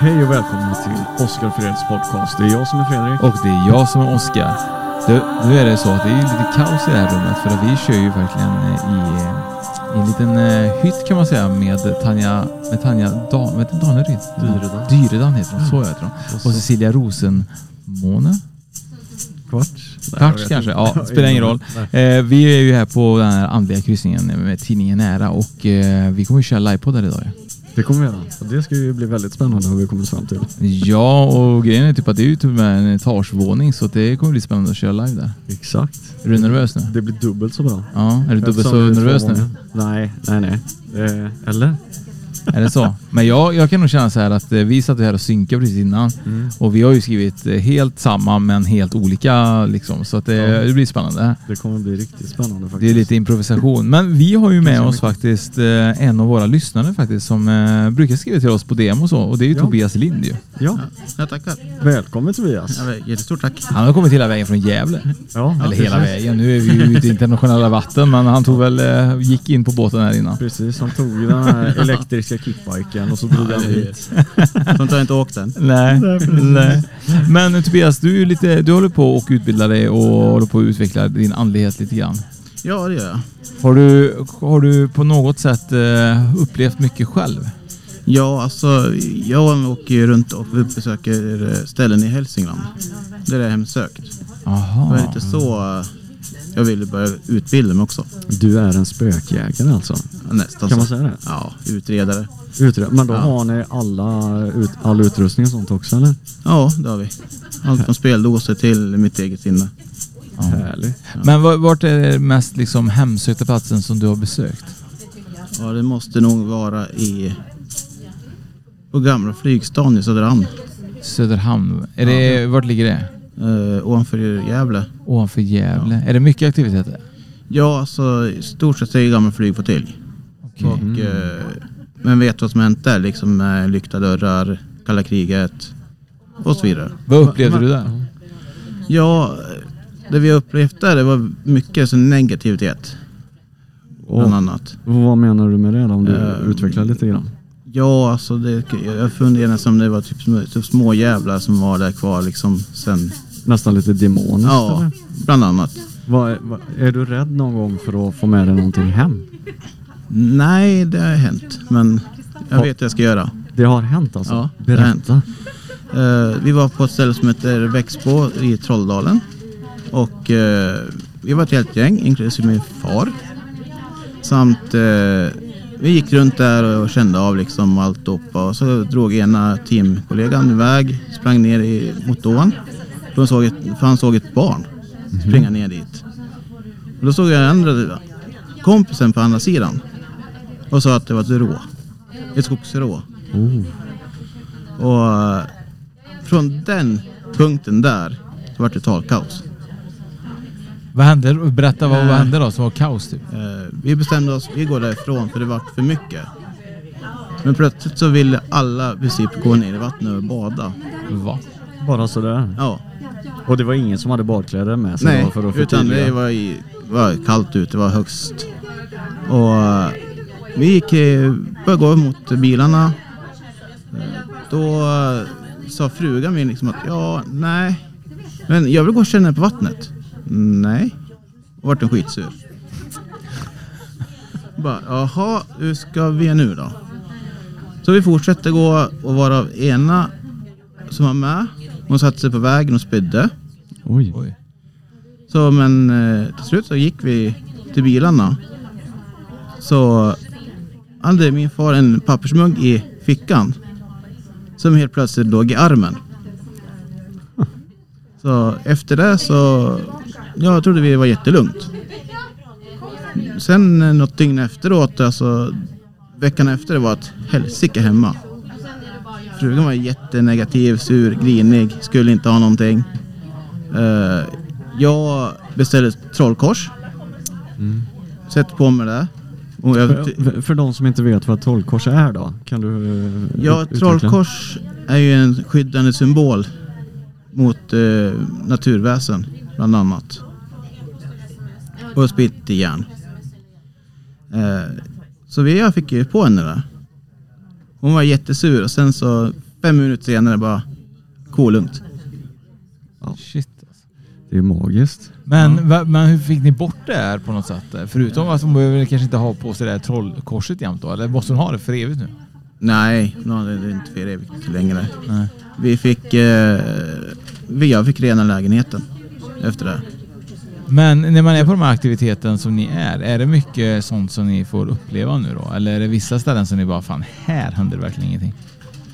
Hej och välkomna till Oskar Freds podcast. Det är jag som är Fredrik. Och det är jag som är Oskar. Du, nu är det så att det är ju lite kaos i det här rummet för att vi kör ju verkligen eh, i, eh, i en liten eh, hytt kan man säga med Tanja, med Tanja Dan, vad heter Daneryd? Dyredan. Mm. Dyredan heter hon, så heter hon. Och Cecilia Rosenmåne? Kvarts? Nej, jag Kvarts vet kanske? inte. Ja, spelar ingen roll. Nej. Eh, vi är ju här på den här andliga kryssningen med tidningen Nära och eh, vi kommer ju köra livepoddar idag ju. Det kommer vi göra. Och det ska ju bli väldigt spännande vad vi kommer fram till. Ja, och grejen är typ att det är ju typ med en etagevåning så att det kommer bli spännande att köra live där. Exakt. Är du nervös nu? Det blir dubbelt så bra. Ja, är du dubbelt Eftersom så det är två nervös nu? gånger. Nej, nej, nej. Eh, eller? Är det så? Men jag, jag kan nog känna så här att eh, vi satt ju här och synkade precis innan Mm. och vi har ju skrivit eh, helt samma men helt olika liksom så att det, Ja. det blir spännande. Det kommer bli riktigt spännande faktiskt. Det är lite improvisation. Men vi har ju med oss faktiskt eh, en av våra lyssnare faktiskt som eh, brukar skriva till oss på DM och så och det är ju Ja. Tobias Lind ju. Ja, Ja, tackar. välkommen Tobias. Ja, men jättestort tack. Han har kommit hela vägen från Gävle. Ja, Eller hela precis. vägen. Nu är vi ju ute i internationella vatten men han tog väl, eh, gick in på båten här innan. Precis, han tog den här elektriska kickbiken och så drog han hit. Sånt har jag inte åkt än. Nej, nej. Men Tobias, du, är ju lite, du håller på och utbildar dig och håller på att utveckla din andlighet lite grann. Ja, det gör jag. Har du, har du på något sätt eh, upplevt mycket själv? Ja, alltså jag åker ju runt och besöker eh, ställen i Hälsingland. Där det är hemsökt. Det var Jaha. lite så eh, jag ville börja utbilda mig också. Du är en spökjägare alltså? Nästan Kan så. man säga det? Ja, utredare. Utre- men då Ja. har ni alla, ut, all utrustning och sånt också eller? Ja, det har vi. Allt från speldoser till mitt eget sinne. Härligt. Men var- vart är det mest liksom hemsökta platsen som du har besökt? Ja, det måste nog vara i... På gamla flygstan i Söderhamn. Söderhamn. Är det, Vart ligger det? Eh, ovanför Gävle. Ovanför Gävle. Är det mycket aktiviteter? Ja, alltså i stort sett är det gammal flygfåtölj. Okej. Och, eh, men vet vad som hänt där? Liksom med lyckta dörrar, kalla kriget och så vidare. Vad upplevde du där? Ja, det vi upplevt där det var mycket så negativitet. Bland annat. Vad menar du med det då, om du Eh, utvecklar lite grann? Ja, alltså det, jag funderar nästan om det var typ, små- typ små jävlar som var där kvar liksom sen. Nästan lite demoniskt Ja, eller? bland annat. Vad, vad, är du rädd någon gång för att få med dig någonting hem? Nej, det har hänt. Men jag vet vad jag ska göra. Det har hänt alltså? Ja, det har hänt. Berätta. Eh, vi var på ett ställe som heter Växbo i Trolldalen. Och eh, vi var ett helt gäng, inklusive min far. Samt eh, vi gick runt där och kände av liksom alltihopa. Och så drog ena teamkollegan iväg, sprang ner i, mot ån. För han såg ett, för han såg ett barn springa ner dit. Och då såg jag den andra kompisen på andra sidan. Och sa att det var ett rå. Ett skogsrå. Och eh, från den punkten där så vart det talkaos. Vad hände? Berätta vad, vad hände då som var kaos typ? Eh, vi bestämde oss, vi går därifrån för det vart för mycket. Men plötsligt så ville alla i princip gå ner i vattnet och bada. Va? Bara sådär. Ja, Och det var ingen som hade badkläder med sig nej, då alltså, för att utan förtydliga? det var, i, var kallt ute, det var högst. Och eh, vi gick, eh, började gå mot bilarna. Eh, Då eh, sa frugan min liksom att ja, nej, men jag vill gå och känna på vattnet. Nej, och vart en skitsur. Bara, jaha, hur ska vi nu då? Så vi fortsatte gå och varav ena som var med, hon satte sig på vägen och spydde. Oj. Så men eh, till slut så gick vi till bilarna. Så hade min far en pappersmugg i fickan. Som helt plötsligt låg i armen. Så efter det så, jag trodde vi var jättelugnt. Sen eh, något dygn efteråt, alltså veckan efter det var ett helsike hemma. Frugan var jättenegativ, sur, grinig, skulle inte ha någonting. Eh, jag beställde ett trollkors. Sätt på mig det. Och jag, För, för de som inte vet vad trollkors är då? Kan du eh, ut- ja, ett utveckla? trollkors är ju en skyddande symbol mot eh, naturväsen bland annat. Och spitt i järn. Eh, så vi, jag fick ju på henne det. Hon var jättesur och sen så fem minuter senare bara kolugnt. Shit. alltså. Det är magiskt. Men, va, men hur fick ni bort det här på något sätt? eh? Förutom att hon behöver kanske inte ha på sig det här trollkorset jämt då? Eller måste hon ha det för evigt nu? Nej, nu hade det inte för evigt längre. Nej. Vi fick, eh, vi, jag fick rena lägenheten efter det. Men när man är på de här aktiviteten som ni är, är det mycket sånt som ni får uppleva nu då? Eller är det vissa ställen som ni bara, fan här händer verkligen ingenting?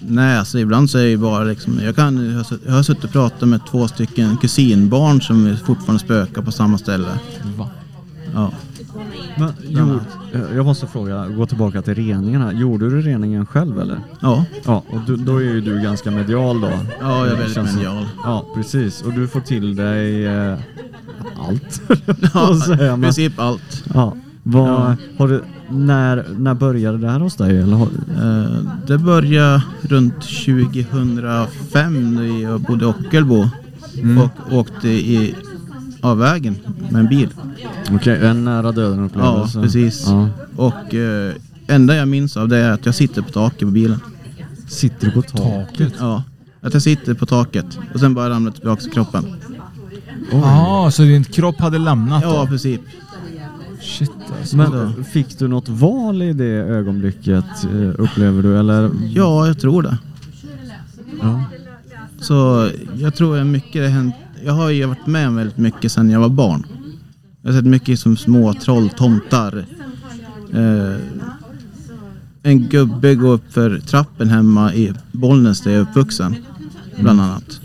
Nej, alltså ibland så är det ju bara liksom, jag, kan, jag har sutt- jag har suttit och pratat med två stycken kusinbarn som fortfarande spökar på samma ställe. Va? Ja. Men, gjorde, eh, jag måste fråga, gå tillbaka till reningen här. Gjorde du reningen själv eller? Ja, Ja, och du, då är ju du ganska medial då. ja jag är väldigt Känns som- medial. Ja, precis. Och du får till dig eh, allt. Ja, Och så är i man- princip allt. ja. Vad, Har du, när, när började det här hos dig? Eller har, Eh, det började runt 2005 när jag bodde i Ockelbo Mm. och åkte i, av vägen med en bil. Okej, en nära döden Ja, upplevelse. precis. Ja. Och eh, enda jag minns av det är att jag sitter på taket på bilen. Sitter du på taket? Ja, att jag sitter på taket och sen bara ramlar tillbaka till kroppen. Ja, så din kropp hade lämnat Ja, då? i princip. Shit alltså. Men fick du något val i det ögonblicket eh, upplever du? Eller? Ja, jag tror det. Ja. Så jag tror att mycket det hänt. Jag har ju varit med om väldigt mycket sedan jag var barn. Jag har sett mycket som små troll, tomtar. Eh, en gubbe går upp för trappen hemma i Bollnäs där jag är uppvuxen. Bland annat.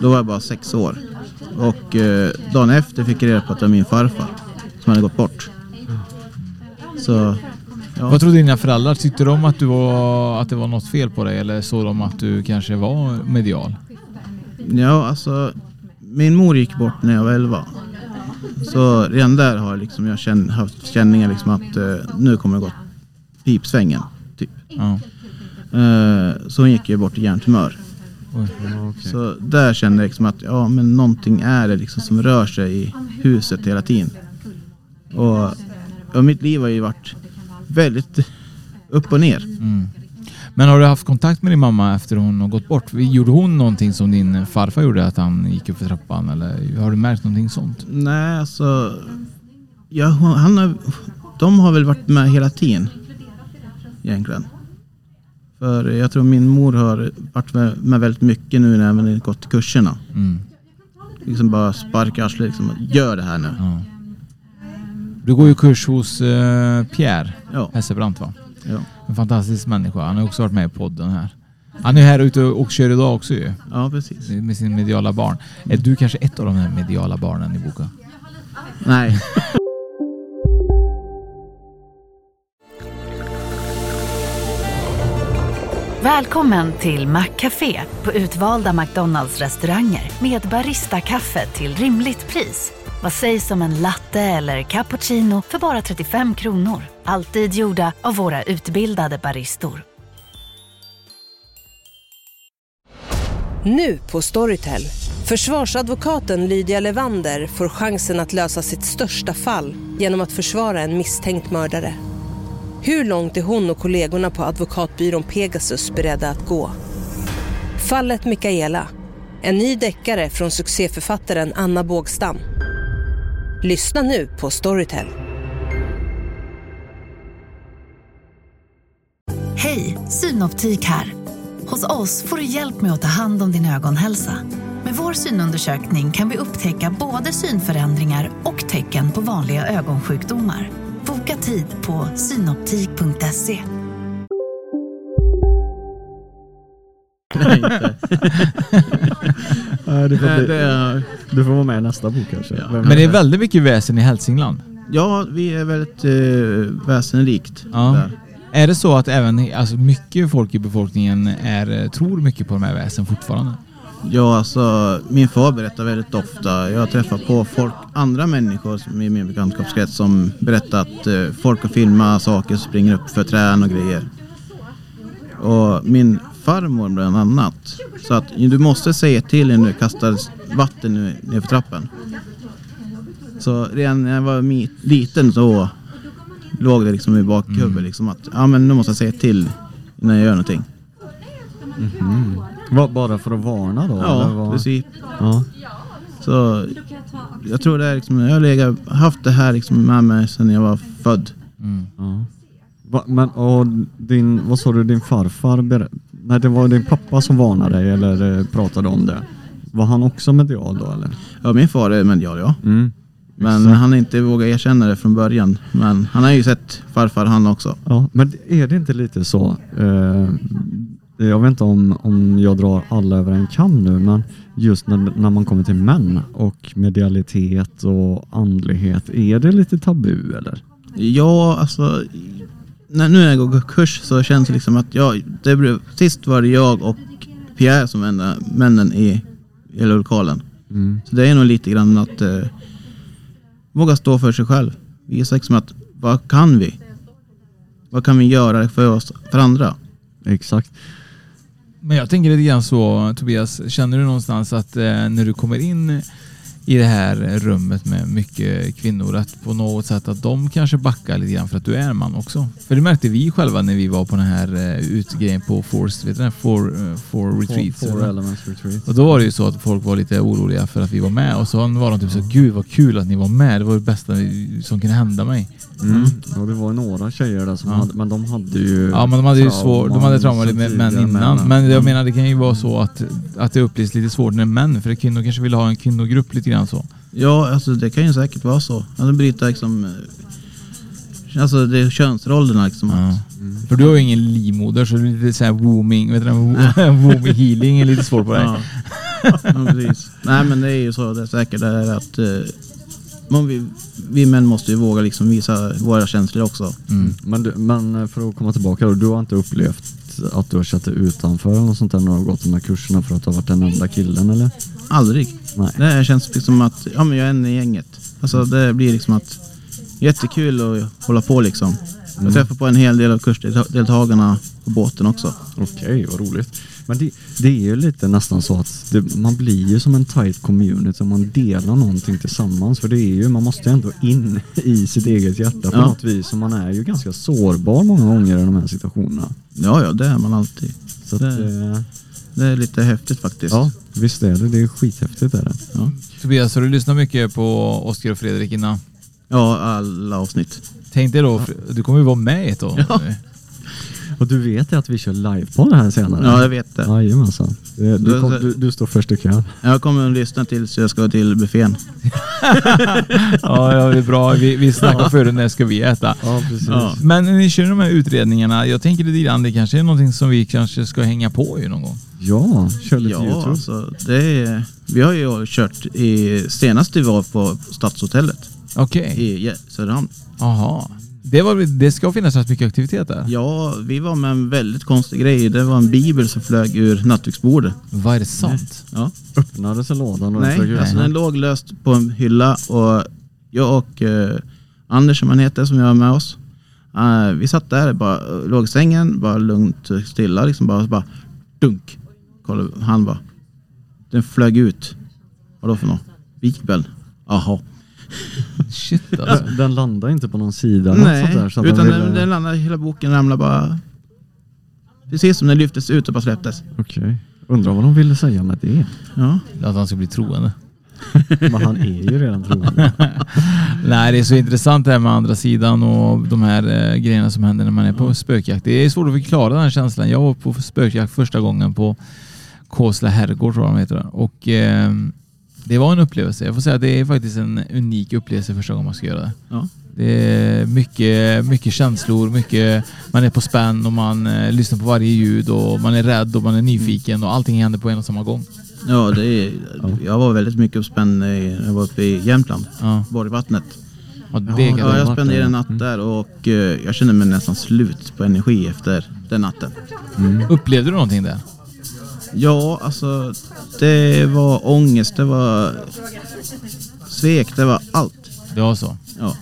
Då var jag bara sex år. Och eh, dagen efter fick jag reda på att det var min farfar som hade gått bort. Så ja, Vad trodde dina föräldrar? Tyckte de att, du var, att det var något fel på dig? Eller såg de att du kanske var medial? ja alltså. Min mor gick bort när jag var elva. Så redan där har jag, liksom, jag känn, haft känningar liksom att eh, nu kommer det gå pipsvängen. Typ. Ja. Eh, så hon gick ju bort i hjärntumör. Så där kände jag liksom att ja, men någonting är det liksom som rör sig i huset hela tiden. Och, och mitt liv har ju varit väldigt upp och ner. Men har du haft kontakt med din mamma efter hon har gått bort? Gjorde hon någonting som din farfar gjorde? Att han gick upp för trappan? Eller har du märkt någonting sånt? Nej, alltså. Ja, hon- han har, de har väl varit med hela tiden. Egentligen. För jag tror min mor har varit med, med väldigt mycket nu när även gått kurserna. Mm. Liksom bara sparka arslet liksom. Gör det här nu. Ja. Du går ju kurs hos eh, Pierre Ja, Hessebrant va? ja. En fantastisk människa. Han har också varit med i podden här. Han är här ute och kör idag också ju. ja precis. Med sin mediala barn. Är du kanske ett av de här mediala barnen i boken? Nej. Välkommen till Maccafé på utvalda McDonalds restauranger med Baristakaffe till rimligt pris. Vad sägs om en latte eller cappuccino för bara 35 kronor? Alltid gjorda av våra utbildade baristor. Nu på Storytel. Försvarsadvokaten Lydia Levander får chansen att lösa sitt största fall genom att försvara en misstänkt mördare. Hur långt är hon och kollegorna på advokatbyrån Pegasus beredda att gå? Fallet Mikaela. En ny deckare från succéförfattaren Anna Bågstam. Lyssna nu på Storytel. Hej, synoptik här. Hos oss får du hjälp med att ta hand om din ögonhälsa. Med vår synundersökning kan vi upptäcka både synförändringar och tecken på vanliga ögonsjukdomar. Boka tid på synoptik.se. Nej, inte. Nej, du, får Nej, bli, det är, du får vara med i nästa bok kanske. Vem Men det är vet? väldigt mycket väsen i Hälsingland. ja, vi är väldigt eh, väsenrikt. Ja. där. Är det så att även alltså mycket folk i befolkningen är, tror mycket på de här väsen fortfarande? Ja, alltså min far berättar väldigt ofta. Jag har träffat på folk, andra människor som i min bekantskapskrets som berättar att eh, folk har filmat saker som springer upp för trän och grejer. Och min farmor bland annat. Så att du måste säga till när du kastar vatten nu- ner för trappen. Så redan när jag var mi- liten så låg det liksom i bakhuvudet liksom att ja men nu måste jag säga till innan jag gör någonting. Va- Bara för att varna då? eller Ja, vad? precis. Ja. Så jag tror det är liksom, jag har legat- haft det här liksom med mig sedan jag var född. Va, men och din, vad sa du, din farfar? Ber- nej, det var din pappa som varnade dig eller eh, pratade om det. Var han också medial då eller? Ja, min far är medial ja. Mm. Men han har inte vågat erkänna det från början. Men han har ju sett farfar han också. Ja, men är det inte lite så? Eh, jag vet inte om, om jag drar alla över en kam nu, men just när, när man kommer till män och medialitet och andlighet, är det lite tabu eller? Ja, alltså. När, nu när jag går kurs så känns det liksom att jag, det blev, sist var det jag och Pierre som enda männen i, i hela lokalen. Så det är nog lite grann att eh, våga stå för sig själv. Visa liksom att vad kan vi? Vad kan vi göra för oss, för andra? Exakt. Men jag tänker lite grann så Tobias, känner du någonstans att eh, när du kommer in i det här rummet med mycket kvinnor att på något sätt att de kanske backar lite grann för att du är man också? För det märkte vi själva när vi var på den här eh, utgrejen på Forest, vet du den? For, eh, for retreats. Four, eller four vad? elements retreat. Och då var det ju så att folk var lite oroliga för att vi var med och så var de typ så gud vad kul att ni var med, det var det bästa som kunde hända mig. Mm. Ja, det var ju några tjejer där som Ja. hade, men de hade ju Ja men de hade ju trauman svår, de hade sen trauman med män tidigare, innan. men- Men jag Mm. menar det kan ju vara så att, att det upplevs lite svårt när män, för kvinnor kanske vill ha en kvinnogrupp lite grann så. Ja, alltså det kan ju säkert vara så. Alltså bryta liksom, eh, alltså det är könsrollerna liksom. Ja. För du har ju ingen livmoder så det är lite såhär wooming, vet du den? Wo- Wooming healing är lite svårt på dig. Ja. ja, precis. Nej men det är ju så det är säkert det är att eh, man, vi, vi män måste ju våga liksom visa våra känslor också. Mm. Men, du, men eh, för att komma tillbaka då, du har inte upplevt att du har känt dig utanför eller något sånt där när du har gått de här kurserna för att du har varit den enda killen eller? Aldrig. Nej. Det här känns liksom att ja, men jag är en i gänget. Alltså det blir liksom att jättekul att hålla på liksom. Mm. Jag träffar på en hel del av kursdeltagarna på båten också. Okej, vad roligt. Men det, det är ju lite nästan så att det, man blir ju som en tight community om man delar någonting tillsammans. För det är ju, man måste ju ändå in i sitt eget hjärta på Ja. något vis. Och man är ju ganska sårbar många gånger i de här situationerna. Ja, ja, det är man alltid. Så att, Det- eh, Det är lite häftigt faktiskt. ja, visst är det. Det är skithäftigt är det. Ja, Tobias, har du lyssnat mycket på Oskar och Fredrik innan? ja alla avsnitt. Tänk dig då, du kommer ju vara med i ett av dem nu. Och du vet ju att vi kör livepodd här senare? Ja, jag vet det. Jajamensan. Du, du, kom- du, du står först i kön. Jag kommer att lyssna tills jag ska till buffén. Ja, ja, det är bra. Vi, vi snackar före när ska vi äta. Ja, precis. Ja. Men när ni kör de här utredningarna, jag tänker lite grann, det kanske är någonting som vi kanske ska hänga på ju någon gång. Ja, kör lite Ja, Youtube. alltså, det är, vi har ju kört i, senast vi var på Stadshotellet Okej. i Jä- Söderhamn. Jaha. Det, var, det ska finnas rätt mycket aktivitet där. Ja, vi var med en väldigt konstig grej. Det var en bibel som flög ur nattduksbordet. Vad är det sant? Ja. Öppnades lådan och den flög Nej, ut. alltså den låg löst på en hylla och jag och eh, Anders som han heter som jag har med oss. eh, vi satt där, bara, låg i sängen, bara lugnt och stilla liksom bara, bara dunk. Kolla, han bara, den flög ut. Vadå för något? Bibeln? Jaha. Shit alltså. Den- Den landade inte på någon sida eller något Nej, sånt där, så att utan den den, ville... den landade, hela boken ramlade bara. Precis som den lyftes ut och bara släpptes. Okej. Undrar vad de ville säga med det. Ja, Att han ska bli troende. Men han är ju redan trogen. Nej, det är så intressant det här med andra sidan och de här eh, grejerna som händer när man är på spökjakt. Det är svårt att förklara den känslan. Jag var på spökjakt första gången på Kåsla herrgård tror jag de heter. där. Och eh, det var en upplevelse. Jag får säga att det är faktiskt en unik upplevelse första gången man ska göra det. Ja. Det är mycket, mycket känslor, mycket, man är på spänn och man eh, lyssnar på varje ljud och man är rädd och man är nyfiken och allting händer på en och samma gång. Ja, det är, jag var väldigt mycket uppspänd i- när jag var uppe i Jämtland, Ja, Borgvattnet. och det Ja, kan det jag vara. spenderade en natt där och eh, jag kände mig nästan slut på energi efter den natten. Upplevde du någonting där? Ja, alltså det var ångest, det var svek, det var allt. Det var så? Ja.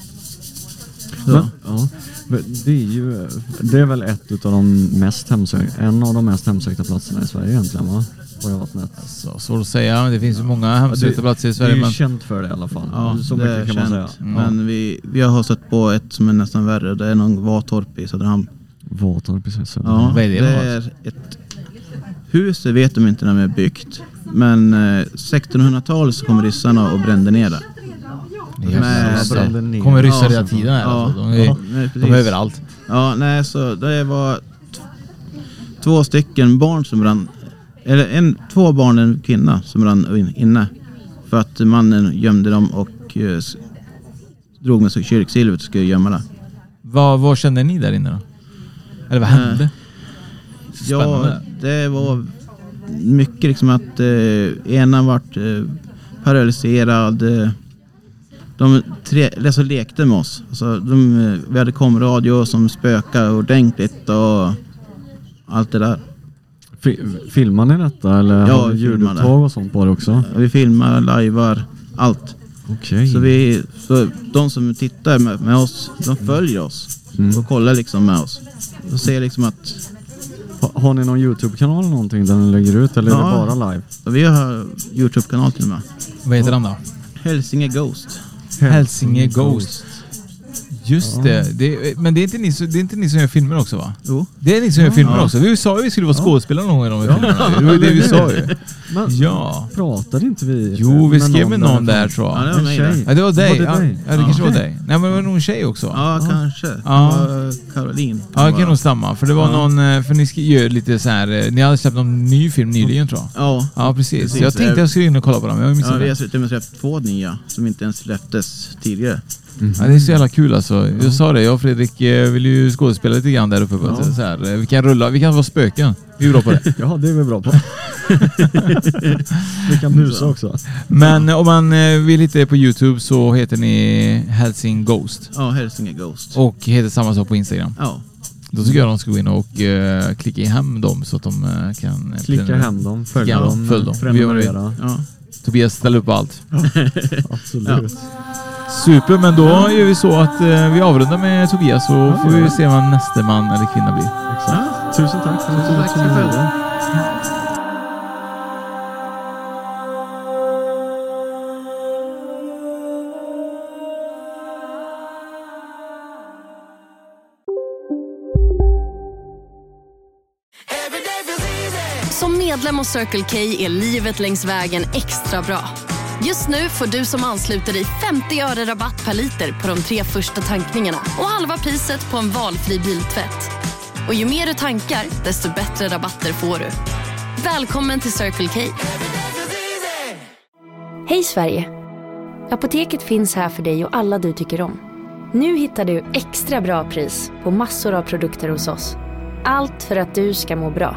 Så. Men, ja. Men Det är ju, det är väl ett utav de mest hemsökta, en av de mest hemsökta platserna i Sverige egentligen va? Borgavattnet. Så, svårt att säga, men det finns ju många hemsökta platser Det i är Sverige. ju Men, känt för det i alla fall. Ja, så det är mycket kan man säga. känt. Mm. Men vi, vi har stött på ett som är nästan värre. Det är någon Vatorp i Söderhamn. Våtorp i Söderhamn. Ja, Vad är det alltså? det för är ett hus, det vet de inte när de är byggt. Men eh, 1600-talet så kom ryssarna och brände ner det. Jävla Men- ryssar. brände ner. kommer ryssar Ja, hela så- tiden här. ja. alltså. De Ja, är, nej, de precis. är överallt. Ja, nej så det var t- två stycken barn som brann. Eller en, två barn och en kvinna som brann in, inne. För att mannen gömde dem och eh, s- drog med sig kyrksilvret och skulle gömma det. Vad, vad kände ni där inne då? Eller vad hände? Ja, Spännande. det var mycket liksom att eh, ena vart eh, paralyserad. Eh, de tre, alltså, lekte med oss. Alltså, de, eh, vi hade komradio som spökade ordentligt och allt det där. Fi- Filmar ni detta eller Ja, har ni vi filmar det. ljudupptag och sånt på det också? Vi filmar, lajvar, allt. Okej. Så, vi, så de som tittar med, med oss, de följer oss och kollar liksom med oss. Och ser liksom att Ha- Har ni någon Youtube-kanal eller någonting där ni lägger ut eller är Ja. det bara live? vi har Youtube-kanal till och med. Vad heter han då? Hälsinge Ghost. Helsinge Ghost. Just det. det. Men det är, inte ni, som- det är inte ni som gör filmer också va? Jo. Det är ni som gör filmer också. Vi sa ju vi skulle vara skådespelare någon gång i de här filmerna. Det var ju det vi sa ju. Men Ja. pratade inte vi? Jo, vi skrev med någon där därifrån? tror Ja, det jag. var En mig det. tjej. Ja, det var dig. det Ja, dig? ja, det kanske var Okej. dig. Nej, men det var nog en tjej också. va? Ja, kanske. Det Ja. var Caroline. Ja, det kan nog stämma. För det var någon, eh, för ni sk- gör lite så här. eh, ni hade släppt någon ny film nyligen tror jag. Ja. Ja, precis. Precis. Jag tänkte jag skulle in och kolla på den, men jag Ja, missade vi har det. till och med släppt två nya som inte ens släpptes tidigare. Ja, det är så jävla kul alltså. Jag sa det, jag och Fredrik eh, vill ju skådespela lite grann där uppe. På ett så här. eh, Vi kan rulla, vi kan vara spöken. Vi är bra på det. Ja, det är vi bra på. vi kan Mm. busa också. Men eh, om man eh, vill hitta er på Youtube så heter ni Helsing Ghost. Ja, Hälsinge Ghost. Och heter samma sak på Instagram. Ja, Då tycker jag de ska gå in och eh, klicka hem dem så att de eh, kan... eh, Klicka prenumerera. hem dem, följ Ja, dem, följ dem. Vi gör prenumerera. ja. Tobias ställer upp på allt. Absolut. Super, men då gör vi så att eh, vi avrundar med Tobias så får vi se vad nästa man eller kvinna blir. Exakt. Tusen tack för att du tog med dig. Som medlem hos Circle K är livet längs vägen extra bra. Just nu får du som ansluter dig 50 öre rabatt per liter på de tre första tankningarna och halva priset på en valfri biltvätt. Och ju mer du tankar, desto bättre rabatter får du. Välkommen till Circle K. Hej Sverige! Apoteket finns här för dig och alla du tycker om. Nu hittar du extra bra pris på massor av produkter hos oss. Allt för att du ska må bra.